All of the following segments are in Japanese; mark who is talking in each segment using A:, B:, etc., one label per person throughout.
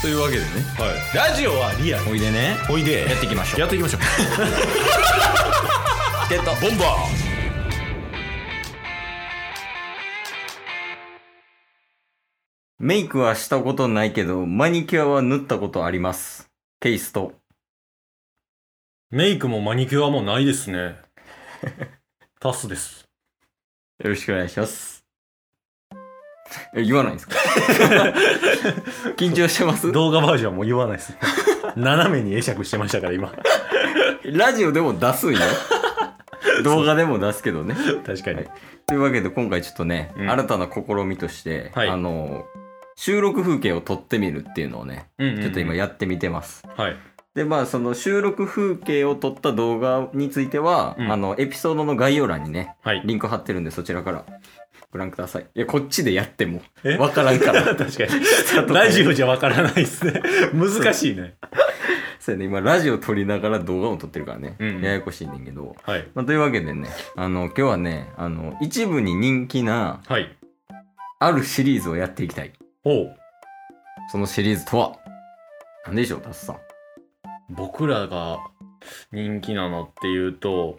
A: というわけでね
B: はい、ラジオはリアル
A: おいでね
B: おいで
A: やっていきましょう
B: やっていきましょう
A: ってた
B: ボンバ
A: メイクはしたことないけどマニキュアは塗ったことありますテイスト
B: ーメイクもマニキュアもないです ねタスです
A: よろしくお願いしますえ言わないんです か緊張してます
B: 動画バージョンも言わないです斜めに会釈してましたから今
A: ラジオでも出 すんよ動画でも出すけどね
B: 確かに、
A: はいというわけで今回ちょっとね、
B: うん
A: 新たな試みとして、
B: はい
A: あの収録風景を撮ってみるっていうのをね
B: うんうんうん
A: ちょっと今やってみてます、
B: はい
A: でまあその収録風景を撮った動画については、
B: うん
A: あのエピソードの概要欄にね
B: はい
A: リンク貼ってるんでそちらからご覧くださいいやこっちでやっても
B: え
A: わからんか ら
B: 確かにラジオじゃわからないですね 難しいね
A: そうやね今ラジオ撮りながら動画も撮ってるからね、
B: うん
A: ややこしいねんけど、
B: はい
A: まあ、というわけでねあの今日はねあの一部に人気な
B: はい
A: あるシリーズをやっていきたい
B: おう
A: そのシリーズとは何でしょう、タスさん。
B: 僕らが人気なのっていうと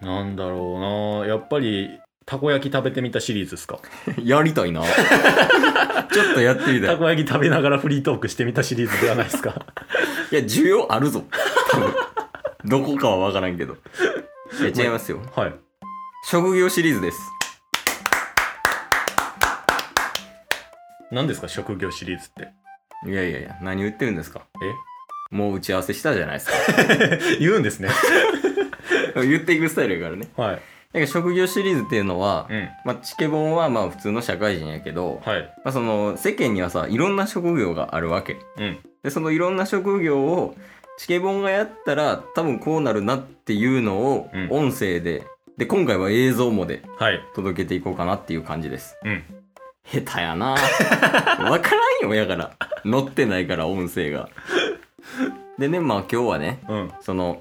B: なんだろうなやっぱりたこ焼き食べてみたシリーズですか
A: やりたいな。 ちょっとやってみたい。
B: た
A: い
B: こ焼き食べながらフリートークしてみたシリーズではないですか
A: や、需要あるぞ。多分どこかはわからんけ ど。いや、違いますよ。
B: はい
A: 職業シリーズです。
B: 何ですか職業シリーズって
A: いやいやいや、何言ってるんですかもう打ち合わせしたじゃないです
B: え 言うんですね
A: か。 言っていくスタイルやからね。
B: はい
A: なんか職業シリーズっていうのは、
B: うん
A: まあ、チケボンはまあ普通の社会人やけど、
B: はい
A: まあ、その世間にはさいろんな職業があるわけ
B: うん
A: でそのいろんな職業をチケボンがやったら多分こうなるなっていうのを
B: うん
A: 音声で、で今回は映像もで
B: はい
A: 届けていこうかなっていう感じです
B: うん
A: 下手や なわからんよやから乗ってないから音声がでねまあ今日はね
B: うん
A: その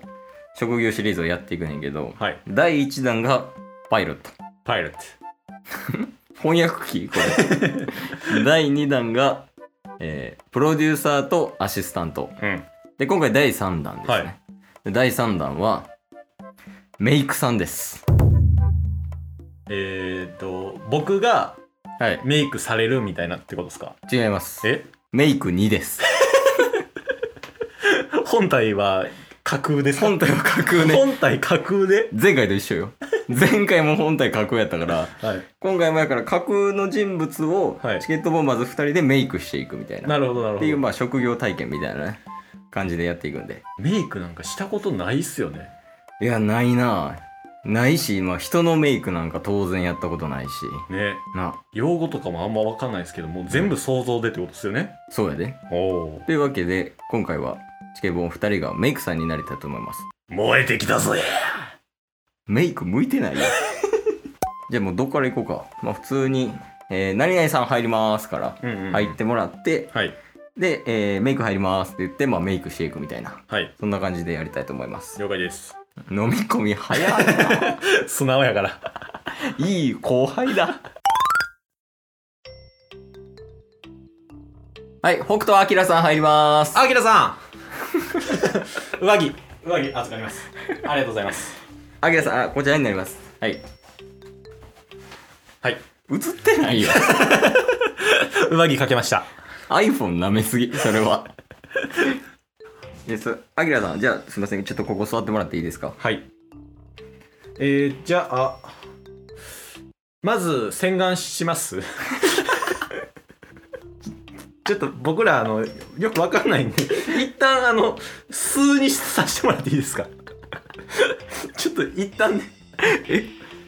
A: 職業シリーズをやっていくねんけど
B: はい
A: 第1弾がパイロット
B: パイロット
A: 翻訳機こ れ第2弾が、えープロデューサーとアシスタント
B: うん
A: で今回第3弾ですね、
B: はい
A: で第3弾はメイクさんです
B: えー、っと僕が
A: はい
B: メイクされるみたいなってことですか
A: 違います
B: え
A: メイク2です
B: 本体は架空です か
A: 本体は架空ね
B: 本体架空で
A: 前回と一緒よ前回も本体架空やったから
B: はい
A: 今回もやから架空の人物を
B: はい
A: チケットボンバーズ2人でメイクしていくみたいな,、
B: なるほどな
A: っ
B: るほ
A: ていう
B: ど
A: まあ職業体験みたいなね感じでやっていくんで
B: メイクなんかしたことないっすよね
A: いやないなないし、まあ、人のメイクなんか当然やったことないし
B: ね
A: な
B: 用語とかもあんま分かんないですけどもう全部想像でってことですよね、
A: そうやで
B: おお
A: というわけで今回はチケボン2人がメイクさんになりたいと思います
B: 燃えてきたぜ
A: メイク向いて ないよじゃあもうどっから行こうか、まあ、普通に、えー何々さん入ります」から
B: うんうんうん
A: 入ってもらって、
B: はい
A: で、えーメイク入ります」って言って、まあ、メイクしていくみたいな
B: はい
A: そんな感じでやりたいと思います
B: 了解です
A: 飲み込み早い な
B: 素直やから
A: いい後輩だはい北斗晶さん入ります
B: あきらさ ん上着上着預かりますありがとうございます
A: 晶さんあこちらになりますはい
B: はい
A: 映ってないよ
B: 上着かけました
A: iPhone 舐めすぎそれはですあきらさんじゃあすいませんちょっとここ座ってもらっていいですか
B: はいえー、じゃあまず洗顔します ちょっと僕らあのよくわかんないんで一旦あの数にさせてもらっていいですか ちょっと一旦ね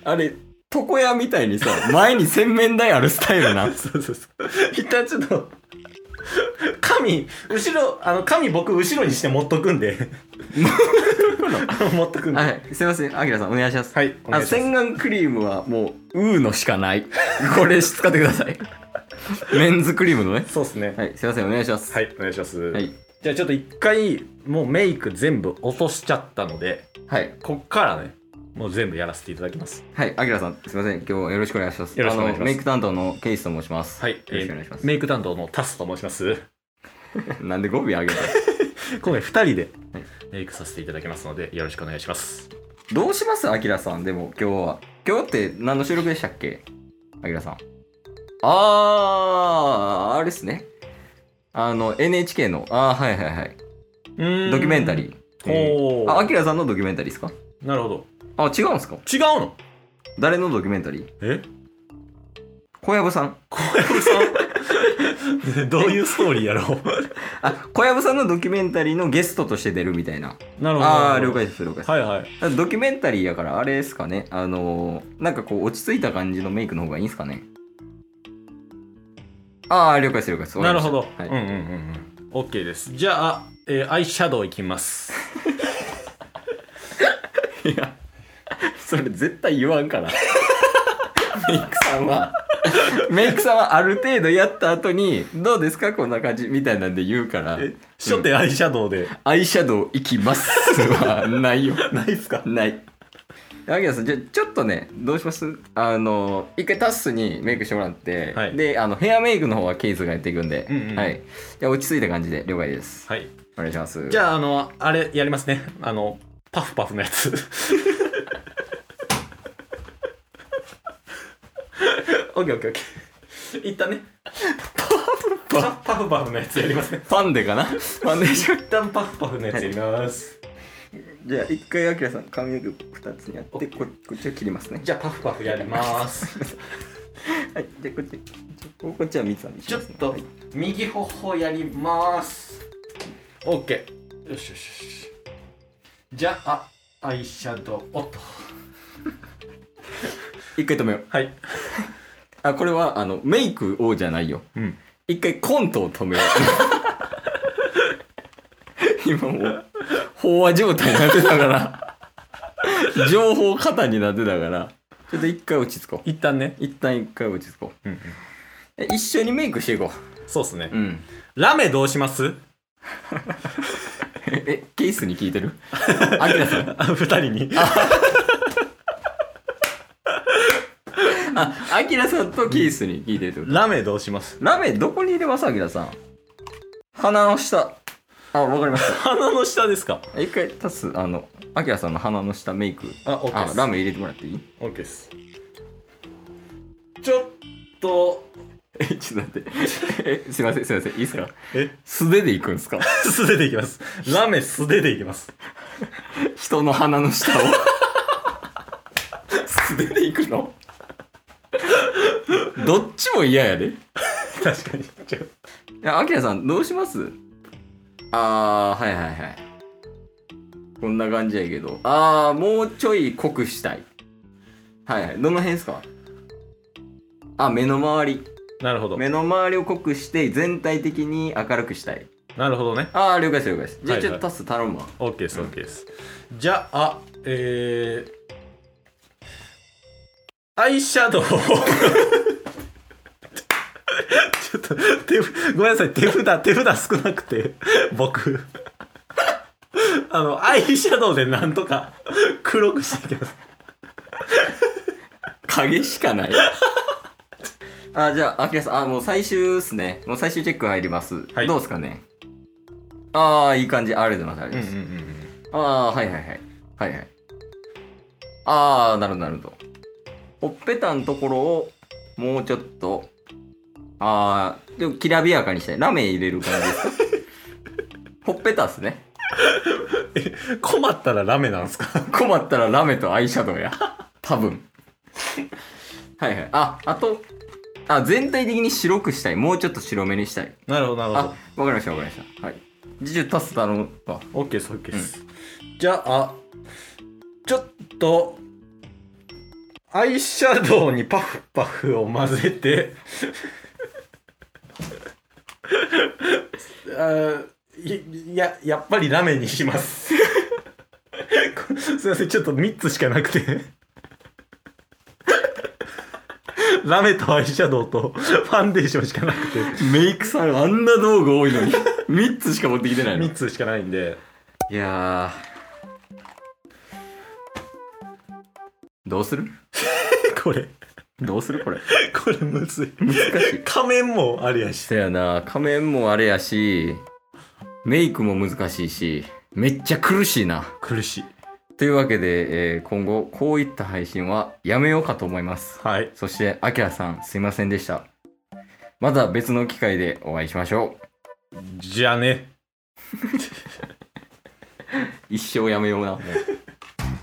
A: あれ床屋みたいにさ前に洗面台あるスタイルな
B: そうそうそう。一旦ちょっと、髪、後ろ、あの、髪僕後ろにして持っとくんで。あの 持っとくんで。
A: はいすいませんあきらさんお願いします
B: はいお願
A: あ
B: いします
A: 洗顔クリームはもうウーのしかないこれ使ってくださいメンズクリームのね
B: そうですね。
A: はいすいませんお願いします
B: はい、お願いします。
A: はい
B: じゃあちょっと一回、もうメイク全部落としちゃったので、
A: はい
B: こっからね、もう全部やらせていただきます。
A: はいあきらさんすいません今日はよろしくお願いします
B: よろしくお願い
A: あ
B: します
A: のメイク担当のケイスと申します
B: はい、
A: よろしくお願いします
B: えーメイク担当のタスと申します。
A: なんで語尾あげた
B: 今回2人で
A: はい
B: メイクさせていただきますのでよろしくお願いします
A: どうしますアキラさんでも今日は今日って何の収録でしたっけアキラさんあーあれですねあの NHK のあーはいはいはいドキュメンタリー
B: ほう
A: あアキラさんのドキュメンタリーですか
B: なるほど
A: あ違うんですか
B: 違うの
A: 誰のドキュメンタリー
B: え
A: 小籔さん
B: 小籔さんどういうストーリーやろう
A: あ小籔さんのドキュメンタリーのゲストとして出るみたいな
B: なるほど
A: ああ了解です了解です、
B: はいはい
A: ドキュメンタリーやからあれですかねあのーなんかこう落ち着いた感じのメイクの方がいいんですかねああ了解です了解です
B: なるほど
A: わ、かり
B: うんう
A: まし
B: んうんうん OK ですじゃあ、えーアイシャドウいきます
A: たはい、いやそれ絶対言わんからメイクさんはメイクさんはある程度やった後にどうですかこんな感じみたいなんで言うから
B: 初手アイシャドウで、
A: アイシャドウいきますはないよ
B: ないっすか
A: ないアキラさんじゃあちょっとねどうしますあの一回タッスにメイクしてもらって、
B: はい
A: であのヘアメイクの方はケイズがやっていくんで、
B: うんうん
A: はい、じゃあ落ち着いた感じで了解です
B: はい
A: お願いします
B: じ
A: ゃ
B: ゃああのあれやりますねあのパフパフのや つオッケーオッケーオッケーいったねパフパフパフのやつやりますね
A: ファンデかなファンデーション
B: 一旦パフパフのやつやります、
A: じゃあ一回アキラさん髪の毛2つにやってここっちを切りますね
B: じゃあパフパフやります
A: はいじゃあこっちここっちは三つなんで
B: ちょっと右頬やります。オッケー。よしよしよし。じゃあ、アイシャドウおっと。
A: 一回止めよう
B: はい。
A: あこれはあのメイクをじゃないよ
B: うん。
A: 一回コントを止めよ う今もう飽和状態になってたから情報過多になってたからちょっと一回落ち着こう
B: 一旦ね。
A: 一旦一回落ち着こ
B: うん、うん。
A: うえ一緒にメイクしていこ
B: そうっすね
A: うう。ん
B: ラメどうします
A: ええケースに聞いて るアキラさん
B: あ二人に。
A: あアキラさんとケースに聞いてるってこと
B: ラメどうします
A: ラメどこに入れますアキラさん鼻の下あわかりまし
B: 鼻の下ですか
A: た 一回足すあのアキラさんの鼻の下メイク
B: あ、オッケー
A: あ
B: です。
A: ラメ入れてもらっていい
B: オッケーです。ちょっと、
A: え、ちょっと待って。 え、すいません、すいません。いいですか
B: え
A: 素手で行くんですか
B: 素手でいきます。ラメ素手でいきます。
A: 人の鼻の下を。 素手で行くの どっちも嫌やで。い
B: 確かに。ちょ
A: や、アキラさん、どうしますあー、はいはいはい。こんな感じやけど。あー、もうちょい濃くしたい。はいはい。どの辺ですかあ、目の周り。
B: なるほど。
A: 目の周りを濃くして、全体的に明るくしたい。
B: なるほどね。
A: あー、了解です了解です。じゃあ、ちょっと
B: はいは
A: タス頼むわ。
B: オッケーです、オッケーです。じゃあ、えー、アイシャドウを ちょっと手ふ、ごめんなさい、手札、手札少なくて、僕。あの、アイシャドウでなんとか黒くしていきます。
A: 影しかない。 あ、じゃあ、アキラさん、あ、もう最終っすね。もう最終チェック入ります。
B: はい
A: どうっすかね。ああ、いい感じ。ありがとうございます。ありがとうございます。ああー、はいはいはい。はいはい。ああ、なるほど、なるほど。ほっぺたのところを、もうちょっと、ああ、でも、きらびやかにしたい。ラメ入れる感じですかほっぺたっすね。
B: 困ったらラメなんですか
A: 困ったらラメとアイシャドウや。多分。はいはい。あ、あと、あ、全体的に白くしたい。もうちょっと白目にしたい。
B: なるほど、なる
A: あ、わかりました、わかりました。はい。じゃあ、タス頼むわ。
B: オッケーです、オッケーです。じゃあ、ちょっと、アイシャドウにパフパフを混ぜて、 あーいいや、やっぱりラメにします。 こすいません、ちょっと3つしかなくて。 ラメとアイシャドウと ファンデーションしかなくて。
A: メイクさん、あんな道具多いのに。3つしか持ってきてないの。い
B: 3つしかないんで。
A: やー。どうする
B: これ
A: どうするこれ。
B: これむずい
A: 難しい。
B: 仮面もありやし
A: そやな、仮面もあれやし、メイクも難しいし、めっちゃ苦しいな。
C: 苦しい
A: というわけで、えー今後こういった配信はやめようかと思います。
B: はい
A: そして、あきらさん、すいませんでした。また別の機会でお会いしましょう。
C: じゃあね
A: 一生やめような。もう